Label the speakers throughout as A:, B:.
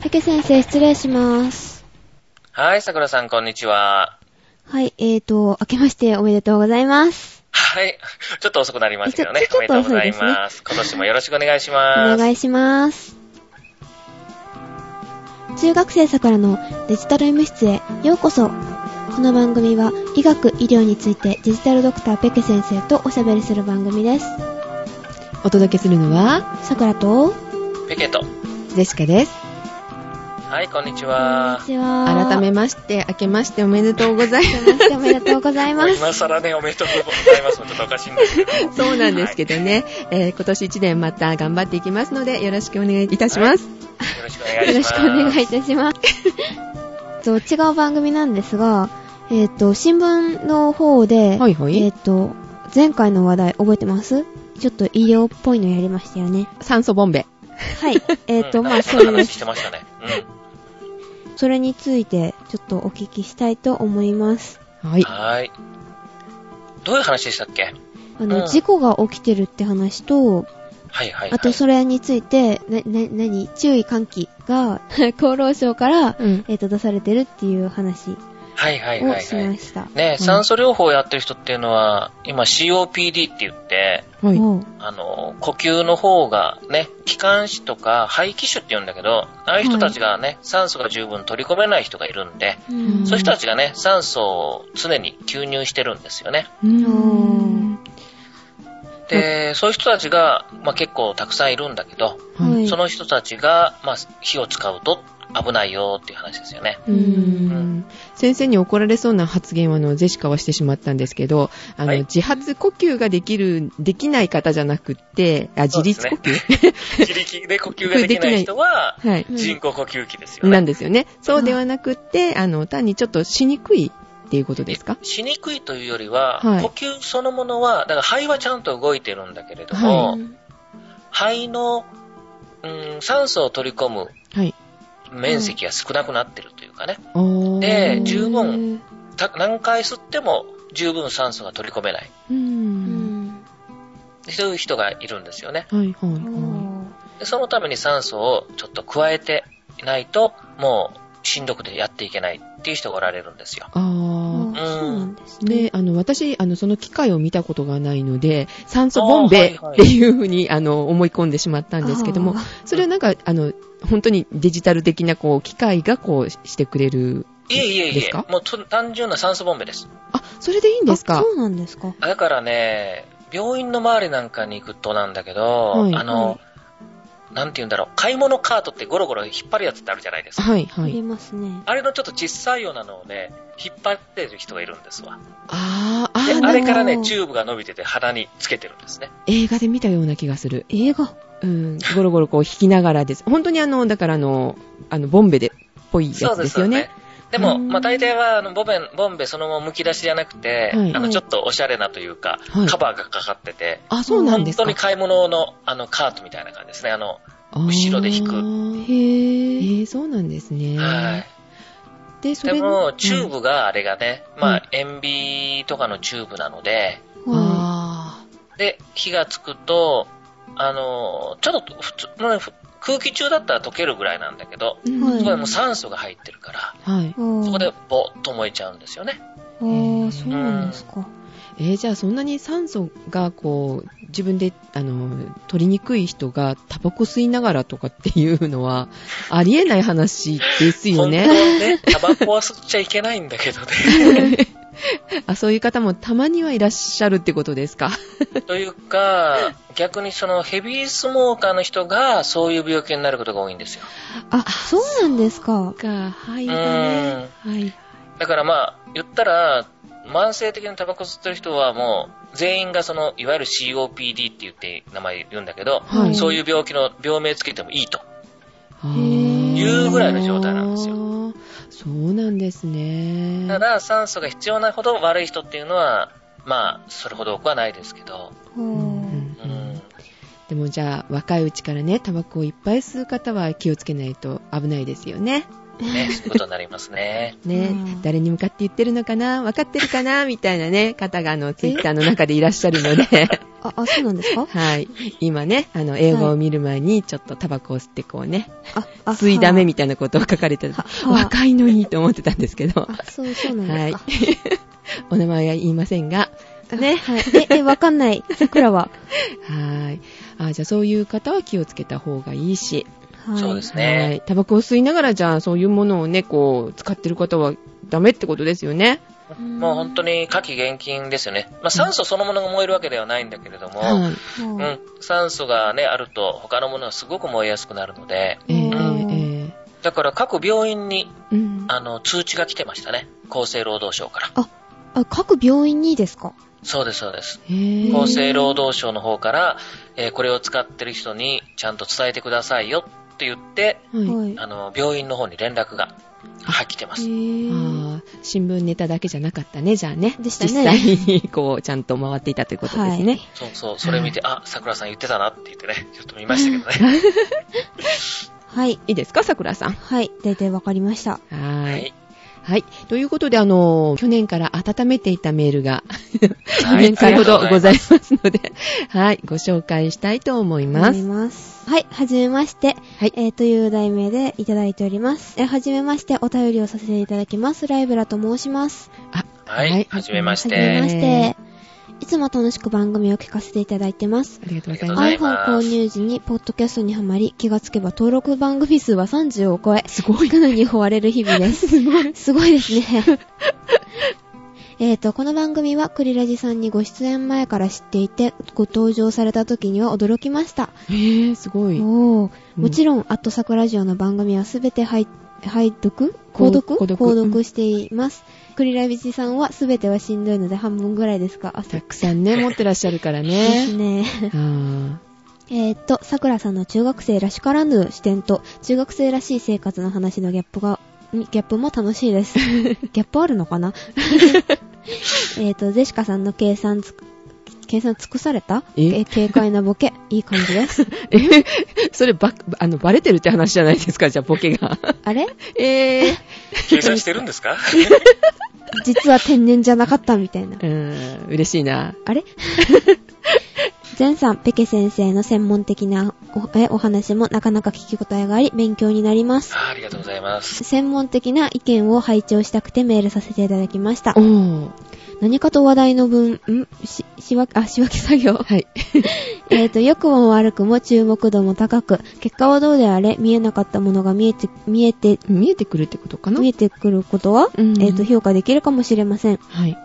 A: 竹先生、失礼します。
B: はい、桜さん、こんにちは。
A: はい、えーと、明けましておめでとうございます。
B: はい。ちょっと遅くなりましたけどね。
A: ちょ
B: おめでとうござい
A: ちょっと遅い
B: ま
A: です
B: す。
A: ね
B: 今年もよろしくお願いし
A: お
B: ます。
A: 願いします。中学生さくらのデジタル医務室へようこそ。この番組は医学医療についてデジタルドクターペケ先生とおしゃべりする番組です。
C: お届けするのは、
A: さくらと、
B: ペケト。
C: ジェシカです。
B: はい、こんにち
A: こん
B: は
A: に。ちは。
C: 改めまして、明けましておめでとうござい
A: 明けましておめでとうござい
B: も
A: ま
B: う
A: す。
B: 今更ね、おめでとうございます。もうちょっとおかしいんです けど。
C: ます。 そうなんですけどね、えー今年1年また頑張っていきますので、よろしくお願いいたします。
B: よろしくお願い
A: よろ
B: しま
A: し
B: す。
A: くお願いいたします。と違う番組なんですが、えっ、と、新聞の方で、
C: はいはい
A: えっ、と、前回の話題覚えてますちょっと医療っぽいのやりましたよね。
C: 酸素ボンベ。
A: はい。 えっ、と、
B: うん
A: まあ、
B: なんか
A: そ
B: ん
A: れ
B: な
A: で
B: 話
A: す。
B: してましたね。
A: それについて、ちょっとお聞きしたいと思います。
C: は
B: うん。
C: い。
B: はい。どういう話でしたっけ
A: あの、
B: うん
A: 事故が起きてるって話と、
B: はいはい、はい。
A: あとそれについて、な、な、なに、注意喚起が、厚労省から、
C: うん。
A: えっ、と、出されてるっていう話を
B: はいはいはい、
A: し
B: は
A: ま
B: い。
A: した。
B: ね、
C: うん
B: 酸素療法をやってる人っていうのは、今 COPD って言って、
C: はい。
A: おう
B: あの、呼吸の方がね、気管支とか肺気腫って言うんだけど、ああいう人たちがね、酸素が十分取り込めない人がいるんで、
A: うん
B: そういう人たちがね、酸素を常に吸入してるんですよね。
C: うーん。
B: で、そういう人たちが、まあ、結構たくさんいるんだけど、
A: は
C: はいい。
B: その人たちが、まあ、火を使うと危ないよっていう話ですよね。
C: うーん先生に怒られそうな発言をあのジェシカはしてしまったんですけど、あの、
B: はい
C: 自発呼吸ができる、できない方じゃなくって、あ、自立呼吸、
B: 自力で呼吸ができない人は、
C: はい。
A: うん
B: 人工呼吸器ですよ
C: な
B: ね
C: ん。ですよね。そうではなくって、あの、単にちょっとしにくいっていうことですか
B: しにくいというよりは、
C: はい
B: 呼吸そのものは、だから肺はちゃんと動いてるんだけれども、
C: は
B: 肺の、うん、酸素を取り込む
C: はい。
B: 面積が少なくなってるというかね、
C: おー。
B: で
A: うん
B: 十分た何回吸っても十分酸素が取り込めない、
C: う。
A: うんん
B: そういう人がいるんですよね。
C: はい、はい、は
A: おう
B: でそのために酸素をちょっと加えていないと、もうしんどくてやっていけないっていう人がおられるんですよ。
C: い。あ
A: あ
C: ー。
A: あそうなんですね。
C: で、あの、私、あの、その機械を見たことがないので、酸素ボンベ
B: あーはいはい
C: っていうふうに、あの、思い込んでしまったんですけども
A: あ、
C: それはなんか、あの、本当にデジタル的な、こう、機械がこう、してくれる。
B: いえいえい
C: です
B: え
C: か、
B: もうと単純な酸素ボンベです。
C: あ、それでいいん
A: ー
C: ですか
A: そうなんですか。
B: だからね、病院の周りなんかに行くとなんだけど、
C: はい
B: あの、
A: は
B: なんて言うんだろう、買い物カートってゴロゴロ引っ張るやつってあるじゃないですか。
C: はい、
A: あ
C: は
A: り
C: い。
A: ますね。
B: あれのちょっと小さいようなのをね、引っ張ってる人がいるんですわ。
C: あー、あ
B: で、
C: ー、
B: あ
C: な
B: れ
C: ん
B: からね
A: お、ー
B: チューブが伸びてて鼻につけてるんですね。
C: 映画で見たような気がする。
A: 映画。
C: うん、ゴロゴロこう弾きながらです。本当にあの、だからあの、あの、ボンベで、ぽいやつですよね。。
B: でも、
A: うん
B: まあ、大体は、あの、ボベン、ボンベそのまま剥き出しじゃなくて、
C: はい
A: は
B: あの、
A: い
B: ちょっとおしゃれなというか、
C: はい
B: カバーがかかってて、
C: あ、そうなん
B: 本
C: です
B: 当
C: か。
B: に買い物の、あの、カートみたいな感じですね。あの、後ろで弾く
C: あ
A: へ
C: ーえ
A: ぇー。
C: ー、そうなんですね。
B: はい。
C: で、そ
B: で
C: れ
B: も、チュー
C: ブ。
B: ブが、あれがね、ま
C: うん
B: あ、塩ビとかのチューブなので、
A: は
C: あ
B: で、火がつくと、あの、ちょっと普通、まあふ空気中だったら溶けるぐらいなんだけど、
C: ー
A: はい
B: そこでもう酸素が入ってるから、
C: はい
A: い。。そ
B: そこでぼーっと燃えちゃうんですよね。
A: あー、そうなんですか。
C: えー、じゃあそんなに酸素がこう、自分で、あの、取りにくい人がタバコ吸いながらとかっていうの は、ありえない話ですよ
B: 本当
C: ね。
B: はね、タバコは吸っちゃいけないんだけどね。
C: あ、そういう方もたまにはいらっしゃるってことですか。
B: というか、逆にそのヘビースモーカーの人がそういう病気になることが多いんですよ。
A: あ、そうなんですか。
C: か、はい、
B: う
C: ね。
B: ん。
C: はい。
B: だからまあ、言ったら、慢性的にタバコ吸ってる人はもう、全員がその、いわゆる COPD って言って名前言うんだけど、
C: はい
B: そういう病気の病名つけてもいいと。
A: ー
B: いうぐらいの状態なんですよ
C: よ。そうなんですね。
B: ただ、酸素が必要なほど悪い人っていうのは、まあ、それほど多くはないですけど、
A: う
C: うんうん
A: ん
B: う
C: うん
B: ん。
C: でもじゃあ、若いうちからね、タバコをいっぱい吸う方は気をつけないと危ないですよね。
B: ね、そういうことになりますね。
C: ね、
A: うん
C: 誰に向 かって言ってるのかな分かってるかなみたいなね、方があの、ツイッターの中でいらっしゃるので、
A: あ、あ、そうなんですか
C: はい。今ね、あの、映画を見る前に、ちょっとタバコを吸ってこうね、
A: あ、あ、
C: 吸いだめみ
A: た
C: たいなことを書かれて
A: は
C: た。
A: は
C: 若いのにと思ってたんですけど、
A: あ、そう、そうなん
C: は
A: で
C: い
A: すか。。
C: お名前は言いませんが、
A: あ
C: ね
A: はい。え、え、わかんない。桜は。
C: はい。あ、じゃあそういう方は気をつけた方がいいし、
A: はい。
B: そうです
C: は
B: ね。
C: い。タバコを吸いながら、じゃあそういうものをね、こう、使ってる方はダメってことですよね。
B: もう本当に火気厳禁ですよね。まあ、酸素そのものが燃えるわけではないんだけれども、
C: はい。
A: うん。
B: うん、酸素がね、あると他のものがすごく燃えやすくなるので、
C: ええ
A: うん
C: ええ
B: だから各病院に
C: うん。
B: あの通知が来てましたね。厚生労働省から。
A: あ、各病院にですか
B: そうです、そうです。
C: ええ
B: 厚生労働省の方から、えーこれを使ってる人にちゃんと伝えてくださいよって言って、
C: はい。
A: はい。
B: あの、病院の方に連絡が、はい、来てます。
A: ー。
C: ああ、新聞ネタだけじゃなかったね、じゃあね。
A: でしたね
C: 実際に、こう、ちゃんと回っていたということですね。
B: そうそう、それ見て、あ、桜さん言ってたなって言ってね、ちょっと見ましたけどね。
A: はい。
C: いいですか、桜さん。
A: はい。大体わかりました。
C: は
B: は
C: ーい。
B: い。
C: はい。ということで、あのー、去年から温めていたメールが、2
B: はい
C: 年回ほど
B: ありがとう
C: ご
B: ご
C: ざ
B: ざ
C: いますので、はい、ご紹介したいと思いま
A: 思い
C: す。
A: ます。はい。はじめまして。
C: はい
A: えー、という題名でいただいております。え、はじめまして。お便りをさせていただきます。ライブラと申します。
C: あ、
B: はい、はじめま
A: は
B: し
A: じめ
B: て。
A: まして。いつも楽しく番組を聞かせていただいてます。
C: ありがとうございます。
B: ありがとう
A: iPhone
B: ございます
A: 購入時にポッドキャストにはまり、気がつけば登録番組数は30を超え、
C: すごい。
A: かなり追われる日々です。すごい。ですね。 えーと、この番組はクリラジさんにご出演前から知っていて、ご登場された時には驚きました。
C: えー、すごい。
A: おー。
C: うん
A: もちろん、アットサクラジオの番組はすべて拝拝読購読
C: 購読
A: しています。クリラジさんはすべてはしんどいので半分ぐらいですか。あ、そ
C: た
A: う
C: くさんね、持ってらっしゃるから
A: です
C: ね。
A: ね。
C: あ
A: えー、っと、さくらさんの中学生らしからぬ視点と、中学生らしい生活の話のギャップが、んギャップも楽しいです。ギャップあるのかな えーっと、ゼシカさんの計算つ、計算尽くされた
C: え
A: え軽快なボケ。いい感じです。
C: ーえ ー、それば、あの、バレてるって話じゃないですか、じゃあ、ボケが。
A: あれ
C: えー、
B: 計算してるんですか
A: 実は天然じゃなかったみたいな
C: う。ーん、嬉しいな。
A: あれ 前さん、ペケ先生の専門的なおえお話もなかなか聞き応えがあり、勉強になります。
B: あありがとうございます。
A: 専門的な意見を拝聴したくてメールさせていただきました
C: お。ー。
A: 何かと話題の分、んし、しわ、あ、仕分け作業。
C: はい。
A: えっと、良くも悪くも注目度も高く、結果はどうであれ、見えなかったものが見えて、見えて、
C: 見えてくるってことかな
A: 見えてくることは、
C: うん
A: えっと、評価できるかもしれません。
C: はい。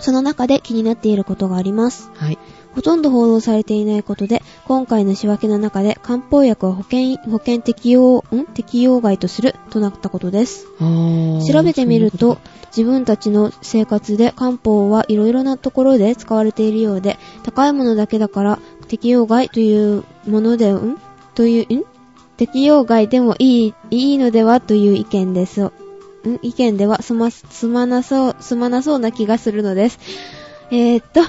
A: その中で気になっていることがあります。
C: はい。
A: ほとんど報道されていないことで、今回の仕分けの中で、漢方薬は保険、保険適用、ん適用外とする、となったことです。
C: あー
A: 調べてみる
C: そういう
A: と
C: こ、
A: 自分たちの生活で漢方はいろいろなところで使われているようで、高いものだけだから適用外というもので、んという、ん適用外でもいい、いいのではという意見です。ん意見ではすま、すまなそう、すまなそうな気がするのです。えー、っと、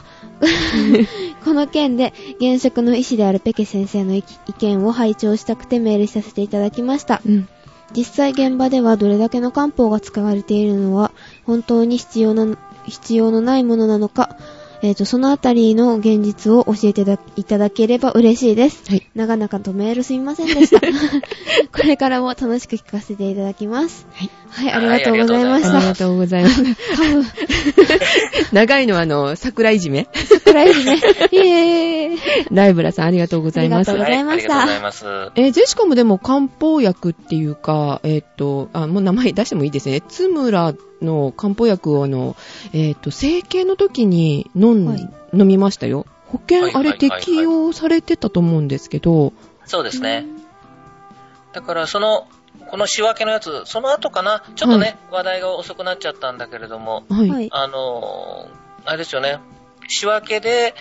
A: この件で現職の医師であるペケ先生の意意見を拝聴したくてメールさせていただきました。
C: とうん。
A: 実際現場ではどれだけの漢方が使われているのは本当に必要な必要のないものなのか、えー、とそのあたりの現実を教えていただいただければ嬉しいです
C: はい。
A: 長々とメールすみません でしたこれからも楽しく聞かせていただきます
C: はい。
A: はいありがとうございま
C: あ
A: し
C: り
A: た
C: がとうございま
A: 多
C: す。
A: 分
C: 長いのは、あの、桜いじめ。
A: 暗い ですねイエーイ
C: ライブラさん、ありがとうございます
A: あり。がとうございました
B: はありがとうございます。は
C: えージェシカもでも漢方薬っていうか、えーっ、と、あ、もう名前出してもいいですね。津村の漢方薬をあの、えーっ、と、整形の時に飲ん、
A: はい
C: 飲みましたよ。保
B: はい
C: 険、
B: は
C: あ
B: いはい
C: れ
B: はい
C: 適用されてたと思うんですけど、
B: そうですね。だから、その、この仕分けのやつ、その後かな、ちょっとね、話題が遅くなっちゃったんだけれども、
C: はい。
A: はい
B: あのーあれですよね、仕分けで、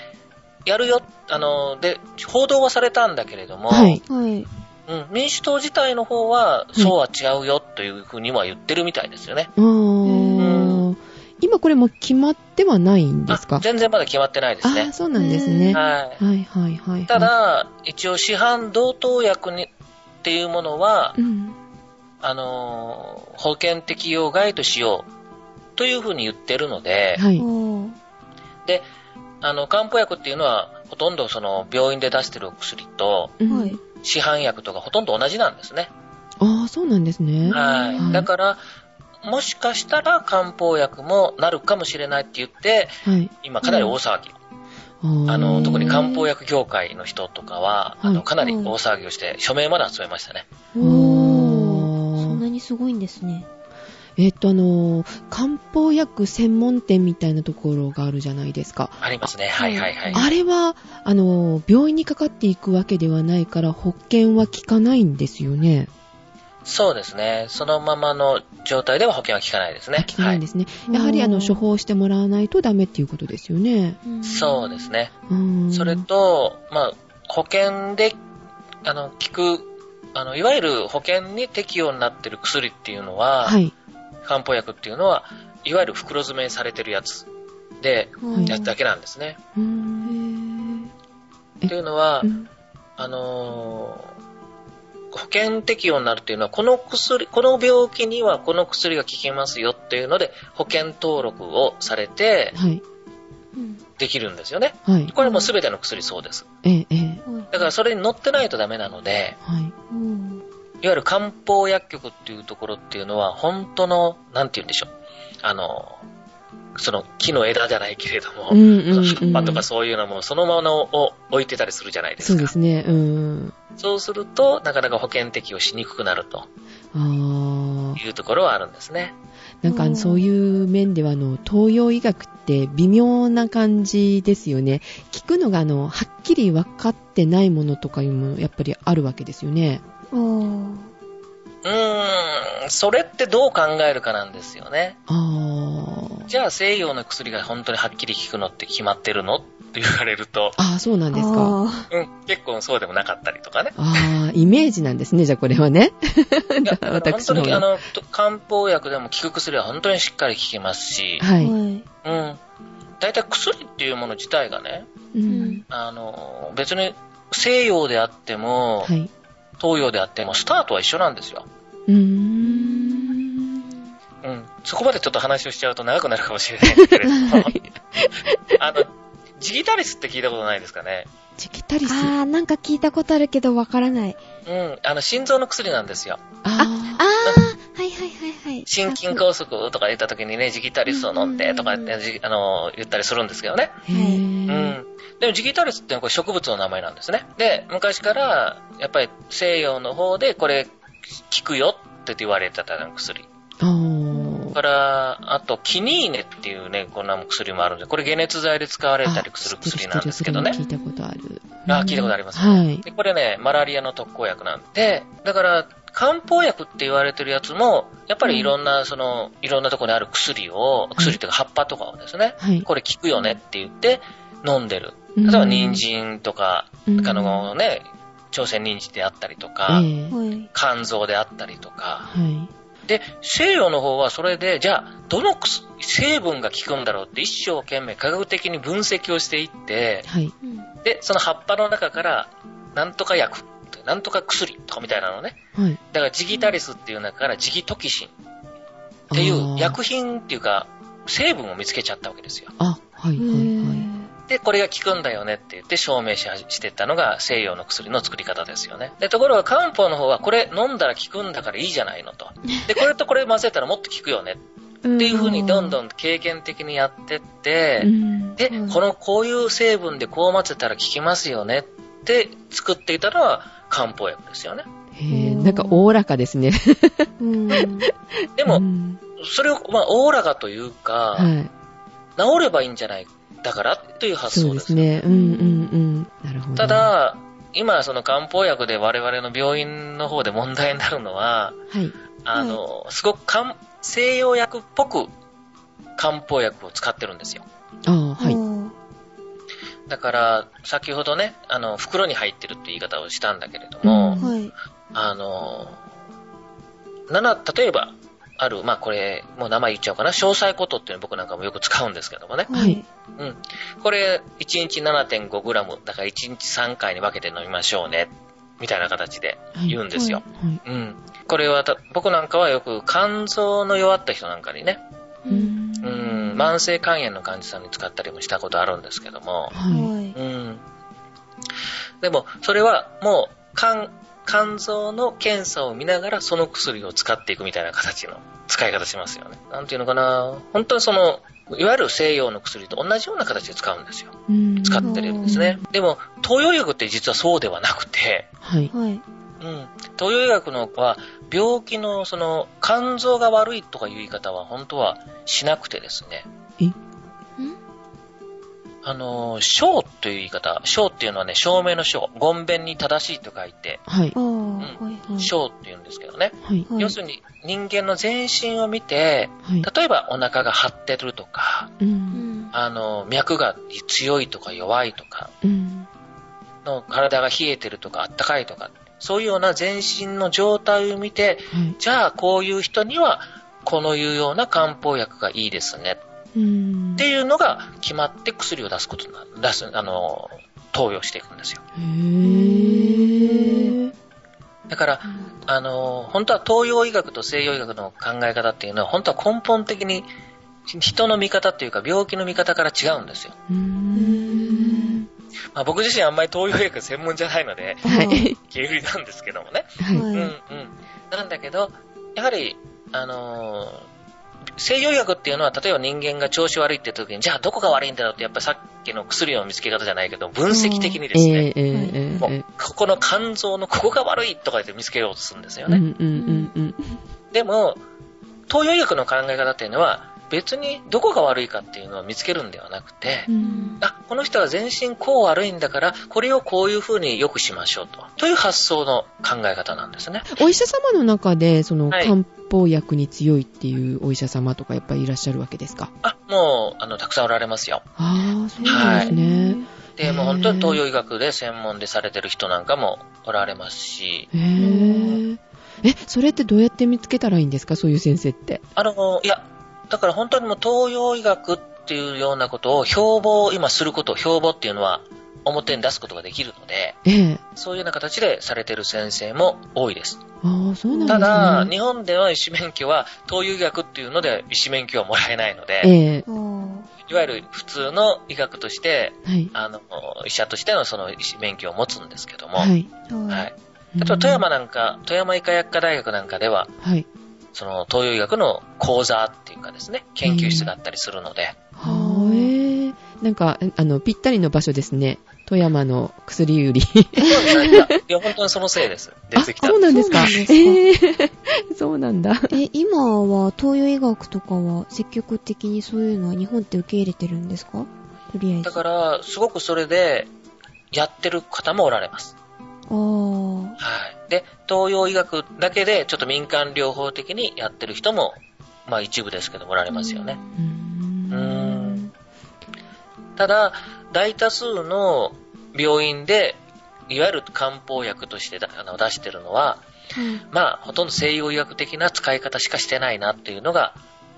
B: やるよ、あのーで、報道はされたんだけれども、
C: はい
A: はい
B: うん、民主党自体の方は、
C: い
B: そうは違うよというふうには言ってるみたいですよね。
C: あー今これもう決まってはないんですか
B: あ全然まだ決まってないで
C: あ
B: す
C: ー
B: ね。
C: そうなんですね。は
B: はい
C: いはいはい。
B: い。た、だ、一応市販同等薬にっていうものは
C: う、ん。
B: あのー保険適用外としようというふうに言ってるので、
C: はい。
A: おー
B: あの、漢方薬っていうのは、ほとんどその病院で出してるお薬と、
C: うん
A: はい。
B: 市販薬とかほとんど同じなんですね。
C: ああ、そうなんですね。
B: はい。だから、もしかしたら漢方薬もなるかもしれないって言って、
C: はい。
B: 今かなり大騒ぎ。あの、特に漢方薬業界の人とかは、あ
C: は
B: の、
C: い
B: かなり大騒ぎをして、署名まで集めましたね。
A: お
C: お
A: ー。
C: ー
A: そんなにすごいんですね。
C: えっと、あのー、漢方薬専門店みたいなところがあるじゃないですか。
B: ありますね。はいはいはい。
C: あれは、あのー、病院にかかっていくわけではないから、保険は効かないんですよね。
B: そうですね。そのままの状態では保険は効かないですね。
C: 効か
B: は
C: ないん
B: い
C: で。すね。やはり、あ
A: う
C: の、
A: ん
C: 処方してもらわないとダメっていうことですよね。
B: そうですね。
C: うん。
B: それと、まあ、保険で、あの、効く、あの、いわゆる保険に適用になってる薬っていうのは、
C: はい。
B: 漢方薬っていうのは、いわゆる袋詰めされてるやつで、
A: はい。
B: やつだけなんですね。
C: う
A: へ
C: ん
A: ー
C: え
B: というのは
C: う、ん
B: あのー保険適用になるというのは、この薬、この病気にはこの薬が効きますよっていうので、保険登録をされて
C: はい。
A: うん
B: できるんですよね。
C: はい。
B: これも全ての薬そうです。
C: ええ、ええ。
A: はい
B: だからそれに乗ってないとダメなので、
C: はい。
A: うん
B: いわゆる漢方薬局っていうところっていうのは、本当の、なんて言うんでしょう。あのーその木の枝じゃないけれども、
C: ん
B: その葉っぱとかそういうのもそのものを置いてたりするじゃないです
C: そう
B: か。
C: ですね。うん。
B: そうすると、なかなか保険適用しにくくなると
C: ああ。
B: いうところはあるんですね。
C: なんかあ
A: う
C: の
A: ん
C: そういう面ではあの東洋医学って微妙な感じですよね。聞くのがあのはっきり分かってないものとかいうもやっぱりあるわけですよね。
A: おー
B: うーん、それってどう考えるかなんですよね。
C: ああ。
B: じゃあ西洋の薬が本当にはっきり効くのって決まってるのって言われると、
C: ああそうなんですか。
A: あ
B: うん、結構そうでもなかったりとかね。
C: ああイメージなんですねじゃあこれはね。
B: いやだから本
C: 私
B: 当
C: の
B: にあ
C: は。
B: の、と漢方薬でも効く薬は本当にしっかり効きますし、
A: ー
C: はい。
A: はい。
B: うん。大体薬っていうもの自体がね、
C: うん
B: あの、別に西洋であっても、
C: はい。
B: 東洋であっても、スタートは一緒なんですよ。
C: うーん。
B: うん。そこまでちょっと話をしちゃうと長くなるかもしれないけれど も、あの、ジギタリスって聞いたことないですかね。
C: チキタリス。
A: あー、なんか聞いたことあるけどわからない。
B: うん。あの、心臓の薬なんですよ。
A: あ、あ
C: あ
A: ー、はいはいはいはい。
B: 心筋梗塞とか言った時にね、ジギタリスを飲んでとか言って、じあの、言ったりするんですけどね。
C: ー。へ
B: う
C: ー。
B: ん。でもジギタリスってのはこれ植物の名前なんですね。で、昔から、やっぱり西洋の方でこれ効くよって言われてたの薬。
C: あ
B: それ
C: ー
B: から、あと、キニーネっていうね、こんな薬もあるんで、これ解熱剤で使われたりする
C: あ知って
B: 薬なんですけどね
C: 知。ってるそれも聞いたことある。
B: あ聞いたことあります
C: はい。
B: でこれね、マラリアの特効薬なんで、だから、漢方薬って言われてるやつも、やっぱりいろんな、その、いろんなところにある薬を、薬っていうか葉っぱとかをですね、
C: はい。
B: これ効くよねって言って飲んでる。
C: 例
B: 例えば、人、参とか、
C: うん
B: あのね、朝鮮人参であったりとか、
C: ええ
A: はい。
B: 肝臓であったりとか、
C: はい。
B: で、西洋の方はそれで、じゃあ、どの薬成分が効くんだろうって一生懸命科学的に分析をしていって、
C: はい。
A: うん
B: で、その葉っぱの中から、なんとか薬、なんとか薬とかみたいなのね。
C: はい。
B: だから、ジギタリスっていう中からジギトキシンっていう薬品っていうか、成分を見つけちゃったわけですよ。
C: あー、あはい、
A: へ
C: はい、はい。
A: ー
B: で、これが効くんだよねって言って証明ししてったのが西洋の薬の作り方ですよね。で、ところが漢方の方はこれ飲んだら効くんだからいいじゃないのと。で、これとこれ混ぜたらもっと効くよねっていう風にどんどん経験的にやってって、
C: うん
B: で、
A: うん
B: このこういう成分でこう混ぜたら効きますよねって作っていたのは漢方薬ですよね。
C: へえ、なんかおおらかですね。
A: うん。
B: で
C: う
B: も、
C: ん
B: それを、まあ、おおらかというか、
C: はい。
B: 治ればいいんじゃないだからという発想
C: そう
B: で
C: ですす
B: よ。
C: ね。うん、うん、うん。なるほど。
B: た、だ、今、その漢方薬で我々の病院の方で問題になるのは、
C: はい。
B: あの、すごく漢西洋薬っぽく漢方薬を使ってるんですよ。
C: ああ、はい。
A: おー
B: だから、先ほどね、あの、袋に入ってるって言い方をしたんだけれど
C: う
B: も
C: ん、
A: はい。
B: あの、七例えば、ある、まあこれ、もう名前言っちゃおうかな、詳細ことっていうの僕なんかもよく使うんですけどもね。
A: はい。
B: うん。これ、1日 7.5g、だから1日3回に分けて飲みましょうね、みたいな形で
C: はい
B: 言うんですよ。
C: はい。
B: うん。これはた、僕なんかはよく肝臓の弱った人なんかにね、
A: うん
B: うーん、うん、慢性肝炎の患者さんに使ったりもしたことあるんですけども、
C: は
A: はい。
B: うん、でもそれはもう肝肝臓の検査を見ながらその薬を使っていくみたいな形の使い方しますよね。なんていうのかな本当にそのいわゆる西洋の薬と同じような形で使うんですよ。
C: い。うん
B: 使ってるんですね。でも、東洋医学って実はそうではなくて、
C: はい。
A: はい。
B: うん、東洋医学のは病気のその肝臓が悪いとかいう言い方は本当はしなくてですね、あの、小という言い方、小っていうのはね、証明の小、ごんべんに正しいと書いて、
C: はい
A: あ。あ、はいはい。
B: 小って言うんですけどね。
C: はい。
A: はい
B: 要するに人間の全身を見て、
C: はい。
B: 例えばお腹が張ってるとか、
C: う。
A: うんん。
B: あの、脈が強いとか弱いとか、
C: うん。
B: の体が冷えてるとかあったかいとか、そういうような全身の状態を見て、
C: はい。
B: じゃあこういう人にはこのいうような漢方薬がいいですね
C: うん。
B: っていうのが決まって薬を出すことな、出す、あの、投与していくんですよ。
C: へー。
B: だから、あの、本当は東洋医学と西洋医学の考え方っていうのは、本当は根本的に人の見方っていうか病気の見方から違うんですよ。
C: うーん。
B: まあ、僕自身あんまり東洋医学専門じゃないの で、
C: はい。
B: 気売りなんですけどもね。
C: は
B: うんう
A: はい
B: ん。なんだけど、やはり、あのー西洋医学っていうのは、例えば人間が調子悪いって時に、じゃあどこが悪いんだろうって、やっぱりさっきの薬の見つけ方じゃないけど、分析的にで
C: い。
B: す
C: え
B: ね、
C: え、ええ、
B: も
C: え
B: うここの肝臓のここが悪いとか言って見つけようとするんです
C: え。
B: よ
C: うん、う
B: ね。
C: ん、うん、うん。
B: でも、東洋医学の考え方っていうのは、別にどこが悪いかっていうのを見つけるんではなくて、
C: うん。
B: あ、この人は全身こう悪いんだから、これをこういう風に良くしましょうと。という発想の考え方なんですね。
C: お医者様の中で、その、
B: はい
C: 漢方薬に強いっていうお医者様とかやっぱりいらっしゃるわけですか
B: あ、もう、あの、たくさんおられますよ。
C: ああ、そうなんですね。
B: で、もう本当に東洋医学で専門でされてる人なんかもおられますし、
C: へえ。え、それってどうやって見つけたらいいんですかそういう先生って。
B: あの、いや、だから本当にもう東洋医学っていうようなことを標榜、今することを標榜っていうのは表に出すことができるので、
C: ええ。
B: そういうような形でされてる先生も多いです。
C: ああ、そうなんですね。
B: ただ、日本では医師免許は東洋医学っていうので医師免許はもらえないので、
C: ええ。
A: ああ。
B: いわゆる普通の医学として、
C: はい。
B: あの、医者としてのその医師免許を持つんですけども、
C: はい。
B: はい。
C: うん
B: 例えば富山なんか、富山医科薬科大学なんかでは、
C: はい。
B: その東洋医学の講座っていうかですね、研究室があったりするので、
C: はあ、ええなんか、あの、ぴったりの場所ですね。富山の薬売り。
B: いや、本当にそのせいです。出
C: あ、
B: てきた
C: そう。なんですか。
A: そうなんですか
C: ええ そうなんだ。
A: え、今は東洋医学とかは積極的にそういうのは日本って受け入れてるんですかとりあえず。
B: だ
A: あ
B: から、すごくそれで、やってる方もおられます。
A: あー。
B: はい。で、東洋医学だけで、ちょっと民間療法的にやってる人も、まあ一部ですけどもおられますよね。
C: うーん。
B: ただ、大多数の病院で、いわゆる漢方薬としてだあの出してるのは、
A: はい。
B: まあ、ほとんど西洋医学的な使い方しかしてないなっていうのが、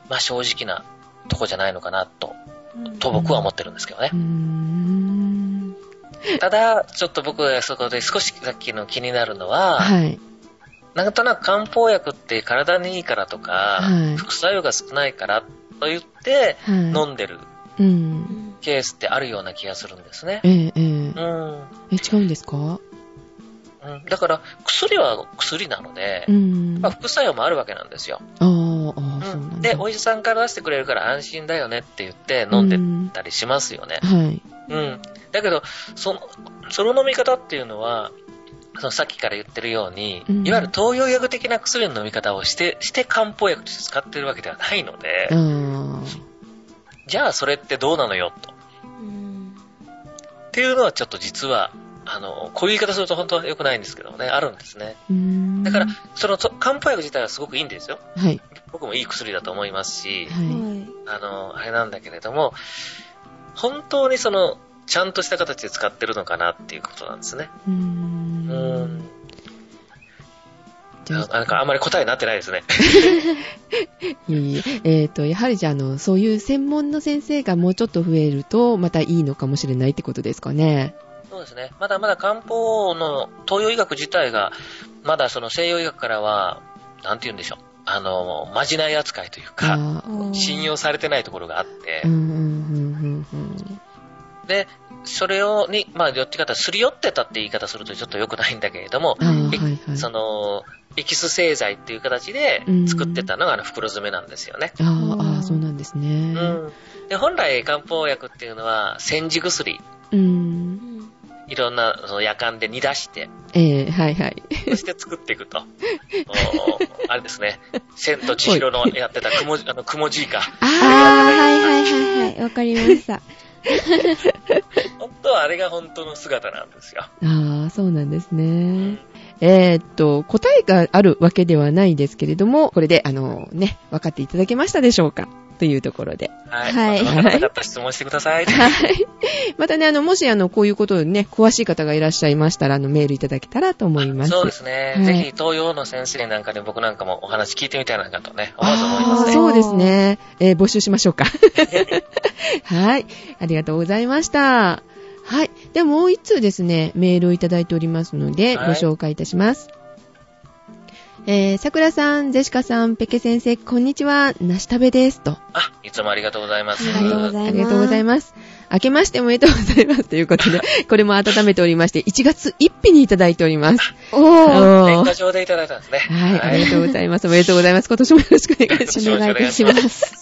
B: まあ正直なとこじゃないのかなと、と僕は思ってるんですけどね
C: うー。ん。
B: ただ、ちょっと僕はそこで少しさっきの気になるのは、
C: はい。
B: なんとなく漢方薬って体にいいからとか、
C: はい
B: 副作用が少ないからと言って、
C: はい。
B: 飲んでる
C: うん。
B: ケースってあるような気がするんですね。
C: ええええ
B: うん。
C: え、違うんですか
B: うんだから、薬は薬なので
C: う、ん。
B: まあ、
C: あ
B: 副作用もあるわけなんですよ。
C: あ、ああ、そうなんだ。
B: で、お医者さんから出してくれるから安心だよねって言って飲んで
C: うん
B: たりしますよね。
C: はい。
B: うん。だけど、その、その飲み方っていうのは、そのさっきから言ってるように、
C: うん
B: いわゆる東洋薬的な薬の飲み方をして、して漢方薬として使ってるわけではないので、
C: あ
B: じゃあそれってどうなのよ、と。
A: うん
B: っていうのはちょっと実は、あの、こういう言い方すると本当は良くないんですけどもね、あるんですね。
C: あ。うん。
B: だから
C: は、
B: そのと漢方薬自体はすごくいいんですよ。
C: い。
B: 僕もいい薬だと思いますし、
C: は
A: はい。
B: あの、あれなんだけれども、本当にその、ちゃんとした形で使ってるのかなっていうことなんですね。
C: い。うー。
B: うんん。
C: じゃあ
B: なんかあんまり答えになってないですね。
C: いえいええーと、やはりじゃあ、あの、そういう専門の先生がもうちょっと増えると、またいいのかもしれないってことですかね。
B: そうですね。まだまだ漢方の東洋医学自体が、まだその西洋医学からは、なんて言うんでしょう。あの、まじない扱いというか、
C: あー
B: 信用されてないところがあって
C: う、んうんうんうん
B: で、それを、に、まあ、どっちかというとすり寄ってたって言い方するとちょっと良くないんだけれども
C: あ、ー
B: え
C: はいはい
B: その、エキス製剤っていう形で作ってたのがあの袋詰めなんですよね。
C: あーあーそうなんですね
B: うん、で本来漢方薬っていうのは煎じ薬
C: うん
A: うん
B: いろんなその夜間で煮出して
C: ええはいはい
B: そして作っていくとおーあれですね「千と千尋」のやってた雲あの雲じいか
A: あー、はいはいはいはい。わかりました。
B: 本当はあれが本当の姿なんですよ、
C: ああそうなんです
B: う
C: ね
B: ん
C: えーっと答えがあるわけではないですけれどもこれであのね分かっていただけましたでしょうかというところで
B: はい、
A: はい
B: また分からなかったら質問してください
C: はい。またね、あの、もし、あの、こういうことをね、詳しい方がいらっしゃいましたら、あの、メールいただけたらと思います。
B: そうですね、
C: はい
B: ぜひ東洋の先生なんかで僕なんかもお話聞いてみたいなかとね思うと思いま
C: あ
B: す
C: ー
B: ね
C: そうですね。えー募集しましょう か。はい。ありがとうございました。はい。ではもう一通ですね、メールをいただいておりますので、ご
B: はい
C: 紹介いたします。えー、桜さん、ゼシカさん、ペケ先生、こんにちは。なしたべです。と。
B: あいつもありがとうございます、
A: ありがとうございます
C: ありがとうございます。明けましておめでとうございます。という ことで、これも温めておりまして、1月1日にいただ いております。
A: おー。
B: 年
C: おー
B: 賀状でいただいたんですね
C: はい、ありがとうございます。おめでとうございます。今年もよろしくお願いします。
A: お願いいたします。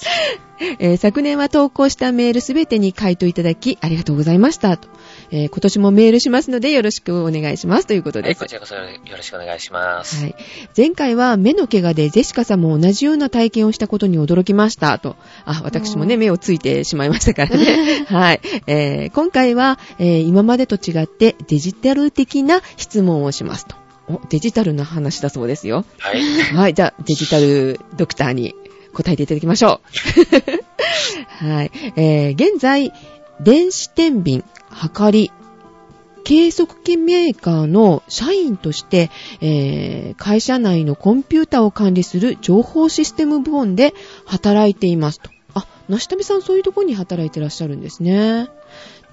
C: えー昨年は投稿したメールすべてに回答いただき、ありがとうございました。とえー今年もメールしますので、よろしくお願いします。ということ
B: は
C: で
B: い、
C: す。
B: こちらこそよろしくお願いします。
C: はい。前回は目の怪我でジェシカさんも同じような体験をしたことに驚きました。と。あ、私もね、
A: うん
C: 目をついてしまいましたからね。はい。えー今回は、えー今までと違ってデジタル的な質問をしますと。お、デジタルな話だそうですよ。
B: はい。
C: はい。じゃあ、デジタルドクターに答えていただきましょう。 はい。えー現在、電子天秤、測り、計測器メーカーの社員として、えー会社内のコンピューターを管理する情報システム部門で働いていますと。あ、なしたみさんそういうところに働いてらっしゃるんですね。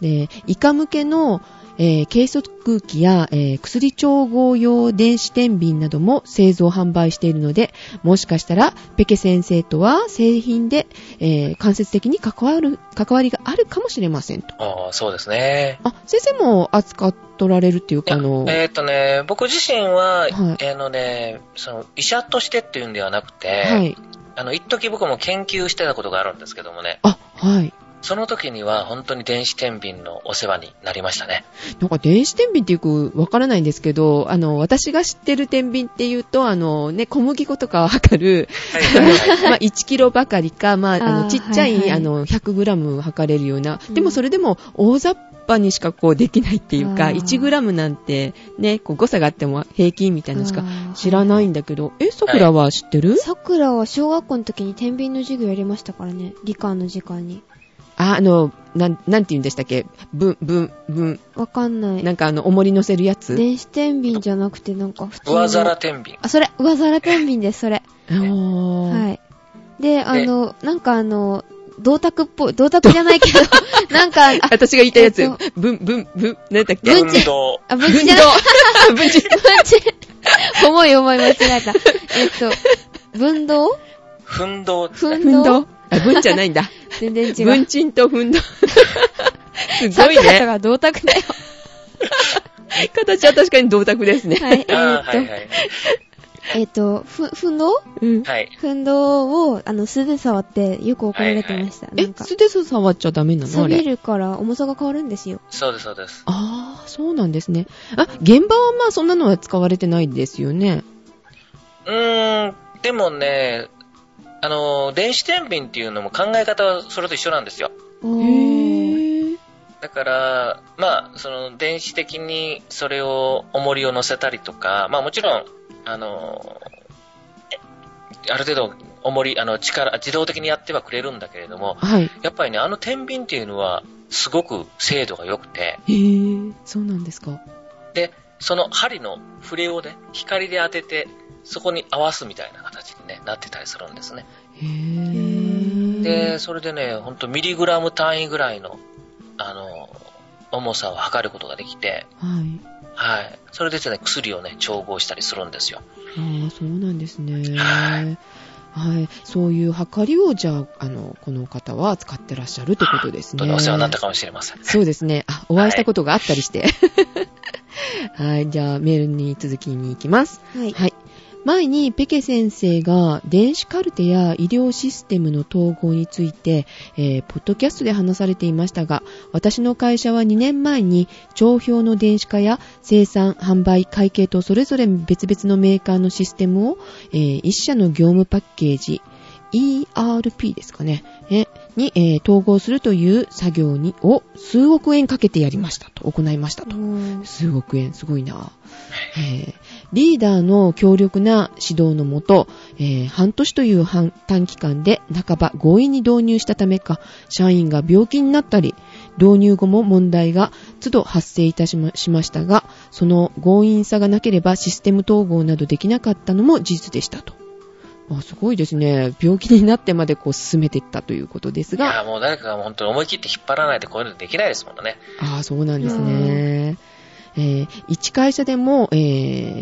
C: で、イカ向けの、えー計測器や、えー薬調合用電子天秤なども製造販売しているので、もしかしたら、ペケ先生とは製品で、えー間接的に関わる、関わりがあるかもしれませんと。
B: あーそうですね。
C: あ、先生も扱っとられるっていうか、あの、
B: えーっ、とね、僕自身は、
C: い
B: あのね、その医者としてっていうんではなくて、
C: はい。
B: あの、一時僕も研究してたことがあるんですけどもね、
C: あ、はい。
B: その時には本当に電子天秤のお世話になりましたね。
C: なんか電子天秤ってよくわからないんですけど、あの、私が知ってる天秤っていうと、あのね、小麦粉とかを測る、
B: はいはいはい。
C: まあ1キロばかりか、まあ、あ
A: あ
C: の、
A: ー
C: ちっちゃい、
A: はいはい
C: あの、100グラム測れるような、で
A: う
C: も
A: ん
C: それでも大雑把にしかこうできないっていうか、
A: あー
C: 1グラムなんてね、こう誤差があっても平均みたいなのしか知らないんだけど、え、桜は知ってる、
A: 桜は小学校の時に天秤の授業やりましたからね。理科の時間に。
C: あ、あの、なん、なんて言うんでしたっけぶん、ぶん、ぶん、
A: わかんない。
C: なんかあの、重り乗せるやつ
A: 電子天秤じゃなくて、なんか普通の。
B: 上皿天 秤。
A: あ、それ、上皿天秤です、それ。
C: あー
A: はい。で、あの、なんかあの、銅鐸っぽい、銅鐸じゃないけど、なんか、あ、
C: 私が言いたいやつ
A: えっ、
C: ぶん、ぶん、ぶん、なんだっけ
A: ぶん
B: 運
A: ち
B: 動。
A: あ、ぶ
C: ぶん
A: ち
C: ち
A: じゃない、
C: どぶんち
A: ぶち、 重い重い間違えた。えっと、分動
B: 奮動。
A: 分
C: ふんど
A: 動
C: あ、 ぶんじゃないんだ。
A: 全然違う。
C: ぶんちんとふんど。す
A: サ
C: ごいね。
A: が銅鐸だよ。
C: 形は確かに銅鐸ですね。
A: はい、え
B: あ
A: ー
B: あ
A: っ
B: はい
A: と、
B: はい。
A: えーっと、ふ、ふんどう
C: うん。
B: はい。
A: ふんどうを、あの、素で触ってよく怒られてました。
C: え
A: なん、か、
C: 素手で触っちゃダメなのあ
A: 錆び
C: れ。
A: るから重さが変わるんですよ。
B: そうですそうです。
C: ああ、そうなんですね。あ、現場はまあそんなのは使われてないですよね。
B: うーん、でもね、あの、電子天秤っていうのも考え方はそれと一緒なんですよ。
A: お
C: へ
A: ー。
C: ー。
B: だから、まあ、その、電子的にそれを、重りを乗せたりとか、まあもちろん、あの、えある程度、重り、あの、力、自動的にやってはくれるんだけれども、
C: はい。
B: やっぱりね、あの天秤っていうのは、すごく精度が良くて、
C: へー。そうなんですか。
B: で、その針の触れをね、光で当てて、そこに合わすみたいな形に、ね、なってたりするんですね。
C: へー。
B: で、それでね、ほんとミリグラム単位ぐらいの、あの、重さを測ることができて、
C: はい。
B: はい。それでね、薬をね、調合したりするんですよ。
C: ああ、そうなんですね。
B: は
C: はい。そういうはかりを、じゃあ、あの、この方は使ってらっしゃるってことです
B: 本当に
C: ね。
B: お世話になったかもしれません。
C: そうですね。あ、お会いしたことがあったりして。 はい。じゃあ、メールに続きに行きます。
A: はい。
C: はい。前にペケ先生が電子カルテや医療システムの統合について、えーポッドキャストで話されていましたが、私の会社は2年前に帳票の電子化や生産、販売、会計とそれぞれ別々のメーカーのシステムを、え1社の業務パッケージ、ERP ですかね、えに、えー統合するという作業にを数億円かけてやりましたと、行いましたと。
A: おー
C: 数億円、すごいな。えーリーダーの強力な指導のもと、えー半年という半短期間で半ば強引に導入したためか、社員が病気になったり、導入後も問題が都度発生いたしましましたが、その強引さがなければシステム統合などできなかったのも事実でしたと。あすごいですね。病気になってまでこう進めていったということです
B: い
C: が。
B: や、もう誰かが本当に思い切って引っ張らないとこういうのできないですもんね。
C: ああ、そうなんですね。えー一会社でも、え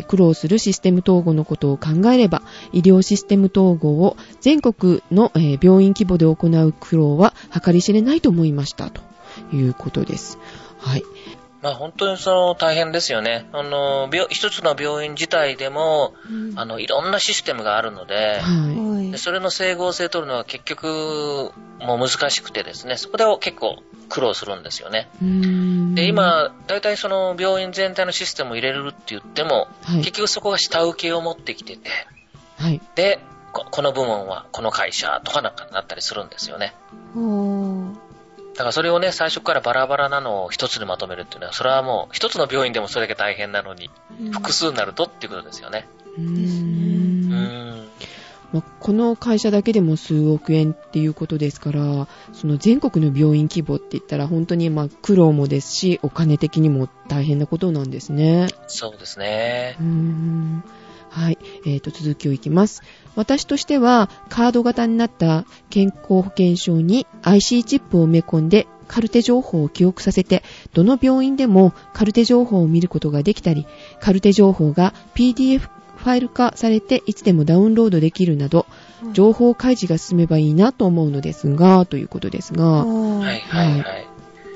C: ー苦労するシステム統合のことを考えれば、医療システム統合を全国の、えー病院規模で行う苦労は計り知れないと思いました、ということです。はい。
B: まあ本当にその大変ですよね。あの、病一つの病院自体でも、
A: うん
B: あの、いろんなシステムがあるので、
C: は
A: はい
B: でそれの整合性取るのは結局、もう難しくてですね、そこで結構苦労するんですよね。
C: い。うーん
B: で、、今、大体その病院全体のシステムを入れるって言っても、
C: はい
B: 結。局そこが下請けを持ってきてて、
C: はい。
B: で、ここの部門はこの会社とかなんかになったりするんですよね。
A: おー
B: だからそれをね、最初からバラバラなのを一つにまとめるっていうのは、それはもう一つの病院でもそれだけ大変なのに、
A: うん
B: 複数になるとっていうことですよね。
C: うー
A: です
C: ん
A: ね
B: うん。
C: まあこの会社だけでも数億円っていうことですから、その全国の病院規模って言ったら本当にまあ苦労もですし、お金的にも大変なことなんですね。
B: そうですね
C: う。ーんはい。えー、と、続きをいきます。私としては、カード型になった健康保険証に IC チップを埋め込んで、カルテ情報を記憶させて、どの病院でもカルテ情報を見ることができたり、カルテ情報が PDF ファイル化されて、いつでもダウンロードできるなど、情報開示が進めばいいなと思うのですが、ということです
A: あ
C: が、
A: ー
B: はいはいはい。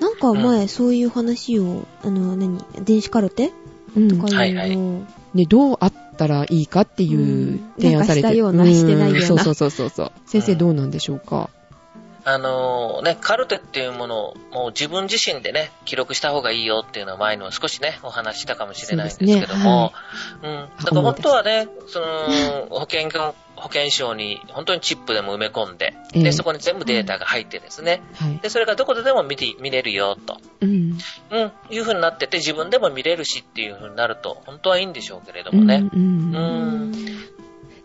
A: なんか前、そういう話を、あの、何電子カルテ
C: うん
A: とか
B: はいいはいう
A: のを。
C: ね、どうあったらいいかっていう提案されて、
A: うんなんかしたようなしてないような
C: そうそうそうそうそう。先生
B: うん
C: どうなんでしょうか、
B: あのね、カルテっていうものをもう自分自身でね、記録した方がいいよっていうのは前の少しね、お話ししたかもしれないんですけども、うん。だから本当はね、その、保険が、保険証に本当にチップでも埋め込んで、
C: ええ
B: で、そこに全部データが入ってですね、
C: はい。
B: で、それがどこででも見て、見れるよと、
C: うん。
B: うん、いう風になってて、自分でも見れるしっていう風になると、本当はいいんでしょうけれどもね。う
C: うん。うん
A: うん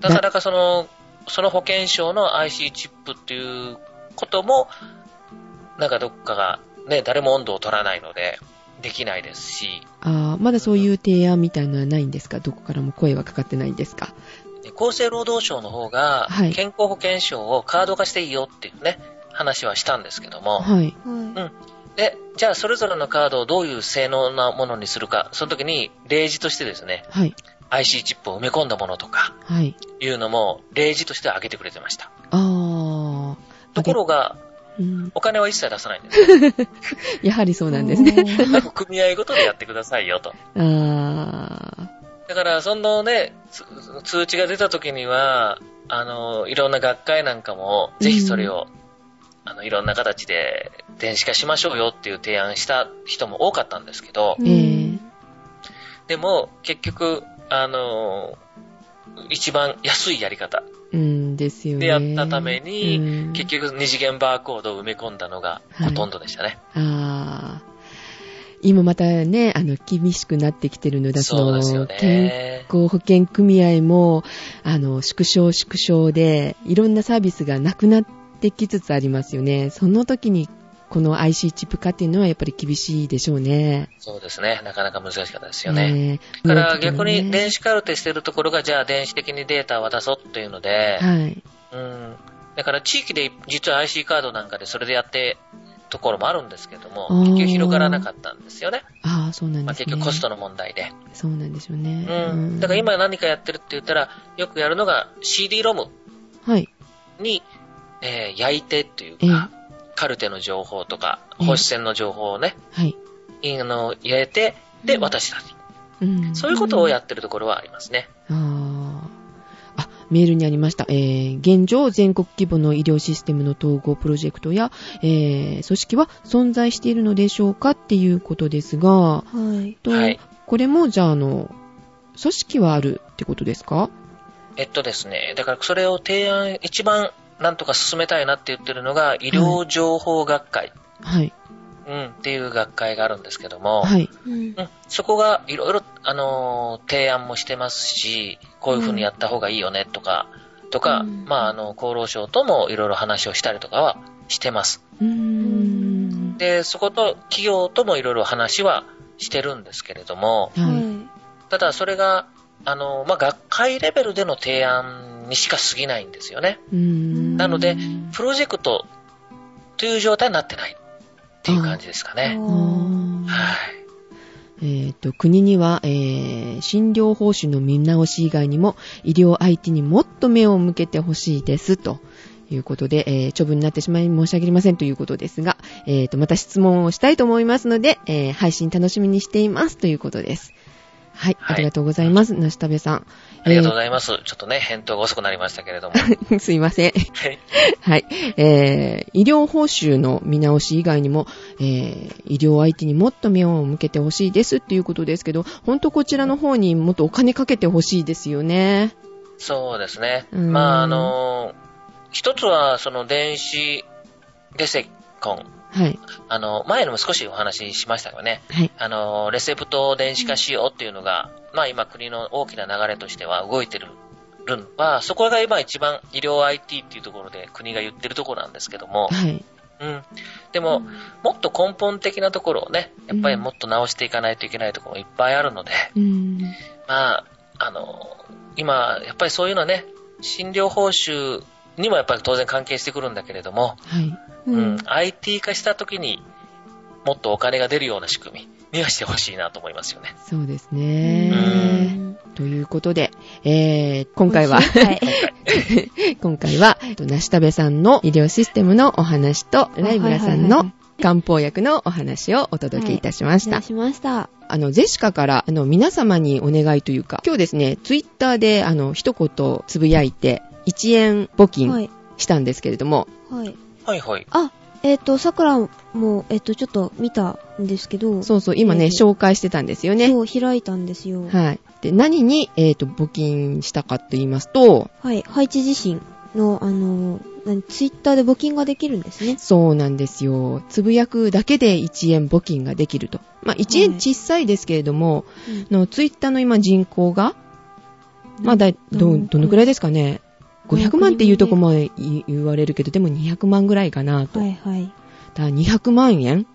B: なかなかその、その保険証の IC チップっていうことも、なんかどっかが、ね、誰も温度を取らないので、できないですし、
C: あーまだそういう提案みたいなのはないんですかどこからも声はかかってないんですか
B: 厚生労働省の方が
C: はい、
B: 健康保険証をカード化していいよっていうね、話はしたんですけども、
C: はい。
A: は
B: で、じゃあそれぞれのカードをどういう性能なものにするか、その時に例示としてですね、
C: はい。
B: IC チップを埋め込んだものとか、
C: はい。
B: いうのも例示として挙げてくれてました。
C: あー。
B: ところが、
C: あれうん
B: お金は一切出さないんですね。
C: やはりそう
A: い。
C: なんですね。
A: ね。
B: 各組合ごとでやってくださいよと。
C: あ
B: だから、そのね、つ通知が出た時には、あの、いろんな学会なんかも、ぜひそれを、あの、いろんな形で電子化しましょうよっていう提案した人も多かったんですけど
A: う、ん
C: ええ
B: でも、結局、あの、一番安いやり方。
C: ー。うんですよね。
B: でやったために
C: うん
B: 結局、二次元バーコードを埋め込んだのがほとんどでしたね。
C: あー。今またね、あの、厳しくなってきてるのだ
B: そうですよ
C: 健
B: ね。
C: 康保険組合も、あの、縮小縮小で、いろんなサービスがなくなってきつつありますよね。その時に、この IC チップ化っていうのはやっぱり厳しいでしょうね。
B: そうですね。なかなか難しかったですよね。
C: ねえ
B: だから逆に
C: ね
B: 電子カルテしてるところが、じゃあ電子的にデータを渡そうっていうので、
C: はい。
B: うん。だから地域で実は IC カードなんかでそれでやってところもあるんですけども
C: あー、
B: 結局広がらなかったんですよね。
C: ああ、そうなん
B: まあ、
C: です
B: 結
C: ね。
B: 局コストの問題で。
C: そうなんでしょうね。
B: うん。だから、今何かやってるって言ったら、よくやるのが CD-ROM
C: はい。
B: に、えー焼いてっていう
C: ええ
B: か、カルテの情報とか、
C: え
B: 保
C: え
B: 守線の情報をね、
C: はい。
B: あの、入れて、で、
A: うん
B: 私たち。
C: うん
B: そういうことをやってるところはありますね。
C: あーあ、メールにありました。えー現状、全国規模の医療システムの統合プロジェクトや、えー組織は存在しているのでしょうかっていうことですが、
A: はい。
C: と
B: はい
C: これも、じゃあ、あの、組織はあるってことですか
B: えっとですね、だからそれを提案、一番なんとか進めたいなって言ってるのが、医療情報学会、
C: はい。
B: うん、っていう学会があるんですけども、
C: はい。
A: うん
B: う。ん、そこがいろいろ、あのー提案もしてますし、こういうふうにやった方がいいよねとか、とか、
A: うん
B: まあ、あの、厚労省ともいろいろ話をしたりとかはしてます。
C: うーん。
B: で、そこと企業ともいろいろ話はしてるんですけれども、
C: はい。
B: ただそれが、あのーまあ、学会レベルでの提案にしか過ぎないんですよね。
C: うーん
B: なのでプロジェクトという状態になってないっていう感じですかね。
C: あ
B: はい。
C: ーえっと国には、えー診療報酬の見直し以外にも医療 IT にもっと目を向けてほしいですということで、えー、長文になってしまい申し訳ありませんということですが、えっとまた質問をしたいと思いますので、えー配信楽しみにしていますということです。はい、
B: はい
C: ありがとうございます、なしたべさん。
B: ありがとうご
C: い
B: ざいます。ちょっとね、返答が遅くなりましたけれども。
C: ます。 すいません。
B: はい
C: はい。えー、医療報酬の見直し以外にも、えー、医療 IT にもっと目を向けてほしいですっていうことですけど、ほんとこちらの方にもっとお金かけてほしいですよね。
B: そうですね。
C: うん
B: まあ、あの、一つは、その、電子レセコン。
C: はい。
B: あの、前にも少しお話ししましたがね、
C: はい。
B: あの、レセプトを電子化しようっていうのが、まあ今国の大きな流れとしては動いてる。るんはそこが今一番医療 IT っていうところで国が言ってるところなんですけども、
C: はい。
B: うん。でも、もっと根本的なところをね、やっぱりもっと直していかないといけないところもいっぱいあるので、
C: うーん。
B: まあ、あの、今、やっぱりそういうのね、診療報酬にもやっぱり当然関係してくるんだけれども、
C: はい。
B: うん、IT 化した時にもっとお金が出るような仕組みにはしてほしいなと思いますよね。
C: そうです
B: う
C: ね。ということで、えー、今回
A: は
C: は、
A: い。
C: 今回は、えっとなしたべさんの医療システムのお話と、ライブラさん
A: はいはいはいは
C: の漢方薬のお話をお届けいたしま し
A: 失
C: た
A: 礼。しました。
C: あの、ゼシカから、あの、皆様にお願いというか、今日ですね、ツイッターで、あの、一言つぶやいて、1円募
A: は
C: 金
A: い。
C: したんですけれども、
A: はい。
B: はいはい。
A: あ、えっ、と、さくらも、えっ、と、ちょっと見たんですけど、
C: そうそう、今ね、
A: ええ
C: 紹介してたんですよね。
A: そう開いたんですよ。はい。
C: はい。で、何に、えっ、と、募金したかと言いますと、
A: ハイチ地震の、あの、何、ツイッターで募金ができるんですね。
C: そうなんですよ。つぶやくだけで1円募金ができると。まあ、1円
A: はい
C: 小さいですけれども、
A: うん
C: のツイッターの今人口が、まあ、だい、ど、どのくらいですかね。500万っていうとこもい言われるけど、でも200万ぐらいかなと。
A: はいはい。
C: だから200万円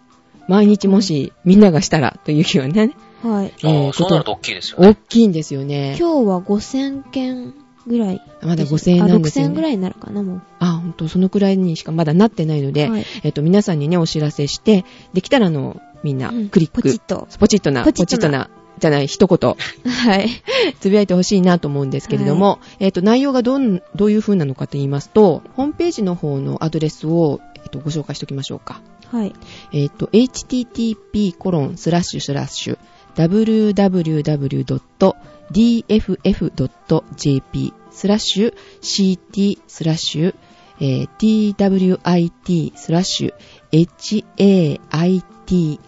C: 毎日もしみんながしたらというようなね、
A: はい。
B: あ
C: え
B: ー
C: ー
B: そうなると大きいですよね。
C: 大きいんですよね。
A: 今日は5000件ぐらい。
C: まだ5000円なんですよ、
A: あ、6000ぐ
C: ね。
A: らいになるかな、も
C: あ、ほんと、そのくらいにしかまだなってないの
A: う。
C: で、
A: はい。
C: えっと、皆さんにね、お知らせして、できたらあの、みんな
A: うん
C: クリック、
A: ポチッと。
C: ポチッとな、
A: ポ
C: ポ
A: チ
C: チ
A: ッとな
C: ッとな、じゃない、一言、
A: はい。
C: つぶやいてほしいなと思うんですけれども、えっと、内容がどん、どういう風なのかと言いますと、ホームページの方のアドレスを、えっと、ご紹介しておきましょうか。
A: はい。
C: えっ、と、http:// www.dff.jp スラッシュ ct スラッシュえー twit スラッシュ haiti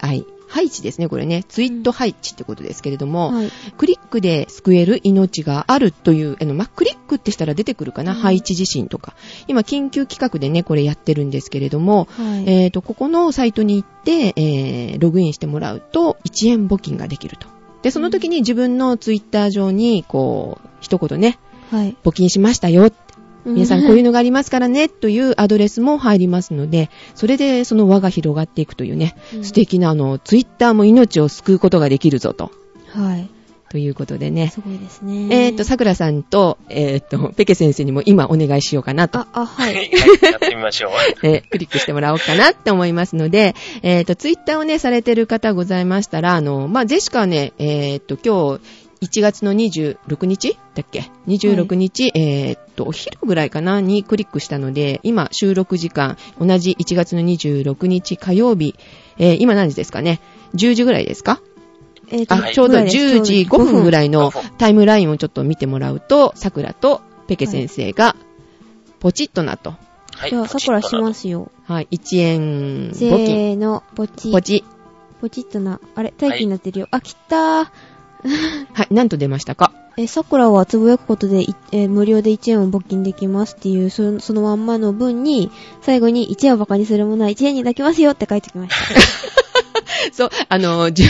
C: ハイチですね、これね。ツイートハイチってことですけれども、
A: はい。
C: クリックで救える命があるという、あの、まあ、クリックってしたら出てくるかな、
A: うん
C: ハイチ地震とか。今、緊急企画でね、これやってるんですけれども、
A: はい。
C: えっ、と、ここのサイトに行って、えーログインしてもらうと、1円募金ができると。で、その時に自分のツイッター上に、こう、一言ね、
A: はい。
C: 募金しましたよ。皆さんこういう
A: う
C: のがありますからね、というアドレスも入りますので、それでその輪が広がっていくというね、
A: うん
C: 素敵なあの、ツイッターも命を救うことができるぞと。
A: はい。
C: ということでね。
A: すごいですね。
C: えっ、と、さくらさんと、えっ、と、ペケ先生にも今お願いしようかなと
A: あ、あ、は。
B: はいい、はい やってみましょう。
C: えークリックしてもらおうかなって思いますので、えっ、と、ツイッターをね、されてる方ございましたら、あの、まあ、ジェシカはね、えっ、と、今日、1月の26日だっけ ?26 日、えっと、お昼ぐらいかなにクリックしたので、今、収録時間、同じ1月の26日火曜日、えー今何時ですかね ?10 時ぐらいですか
A: えっ、と、
C: あ、ちょうど10時5分ぐらいのタイムラインをちょっと見てもらうと、さくらとペケ先生が、ポチッとなと。
B: はい。。
A: じゃあ、さくらしますすよ。
C: はい、1円
A: せ
C: 募金。
A: ーの、ポチ、
C: ポチ。
A: ポチっとな。あれ、待機になってるよ。あ、来たー。
C: はい、なんと出ましたか
A: え、桜はつぶやくことで、いえー無料で1円を募金できますっていう、そそのまんまの文に、最後に1円をバカにするものは1円に抱きますよって書いてきました。
C: そう、あの、じゅ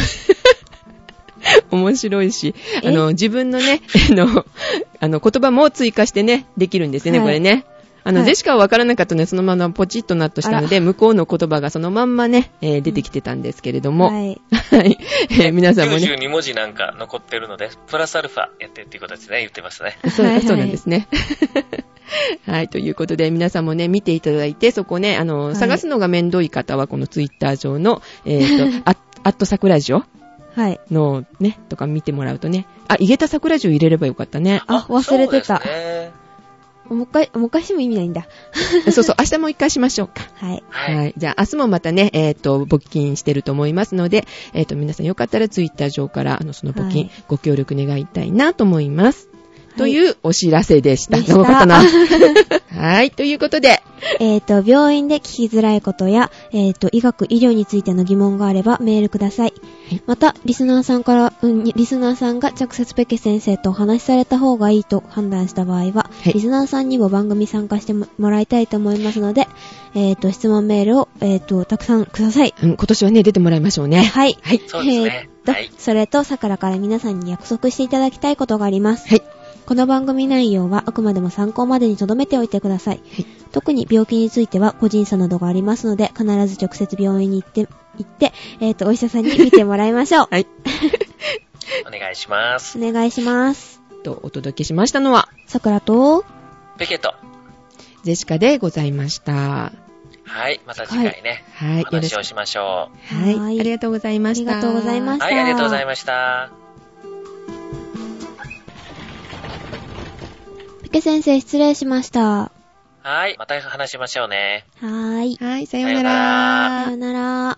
C: 面白いし、
A: え
C: あの、自分のね、 あの、あの、言葉も追加してね、できるんですよね、
A: はい
C: これね。あの、
A: はい
C: ジェシカはわからなかったので、そのままポチッとなっとしたので、向こうの言葉がそのまんまね、えー出てきてたんですけれども、
A: はい。
C: はい、えー皆さんもね、
B: 92文字なんか残ってるので、プラスアルファやってっていうことですね、言ってますね。
C: そう
A: はいはい
C: そうなんですね。 はい、ということで、皆さんもね、見ていただいて、そこね、あの、
A: はい
C: 探すのが面倒い方は、このツイッター上の、えっ、 と、アッアットサクラジオ
A: はい。
C: のね、とか見てもらうとね、あ、井げたサクラジオ入れればよかっ たね。
A: あ忘れてた
B: そうですね
A: もう一回、もう一回しても意味ないんだ。
C: そうそう、明日もう一回しましょうか。
A: はい。
B: はい。
C: はい。じゃあ、明日もまたね、えっ、と、募金してると思いますので、えっ、と、皆さんよかったらツイッター上から、あの、その募金、
A: はい
C: ご協力願いたいなと思います。と
A: う。
C: いうお知らせでした。
A: でした
C: 長かった な。はい。ということで、
A: えっ、と、病院で聞きづらいことや、えっ、と、医学、医療についての疑問があればメールください。また、リスナーさんから、うん、リスナーさんが直接ペケ先生とお話しされた方がいいと判断した場合は、
C: い
A: リスナーさんにも番組参加してももらいたいと思いますので、えっ、と、質問メールを、えっ、と、たくさんください。
C: うん今年はね、出てもらいましょうね。
A: はい。
C: はい。
B: そうですね
A: えーと
B: はい
A: それと、さくらから皆さんに約束していただきたいことがあります。
C: はい。
A: この番組内容はあくまでも参考までに留めておいてください。
C: はい
A: 特に病気については個人差などがありますので、必ず直接病院に行って、行って、えっ、と、お医者さんに見てもらいましょう。
C: はい。
B: お願いします。
A: お願いします。
C: と、お届けしましたのは、
A: さくらと、
B: ペケと。
C: ジェシカでございました。
B: はい。また次回ね。
C: はい。
B: お
C: よろし
B: 話
C: く
B: を。しましょ
C: はい。
A: はい
C: ありがとうございました。
A: ありがとうございま
B: う。
A: した
B: はい。ありがとうございました。
A: ペケ先生失礼しました。は
B: はい。また話しましょうね。
A: ーい。
C: はい、さよう
B: さような
C: なら
B: ら。
A: さよなら。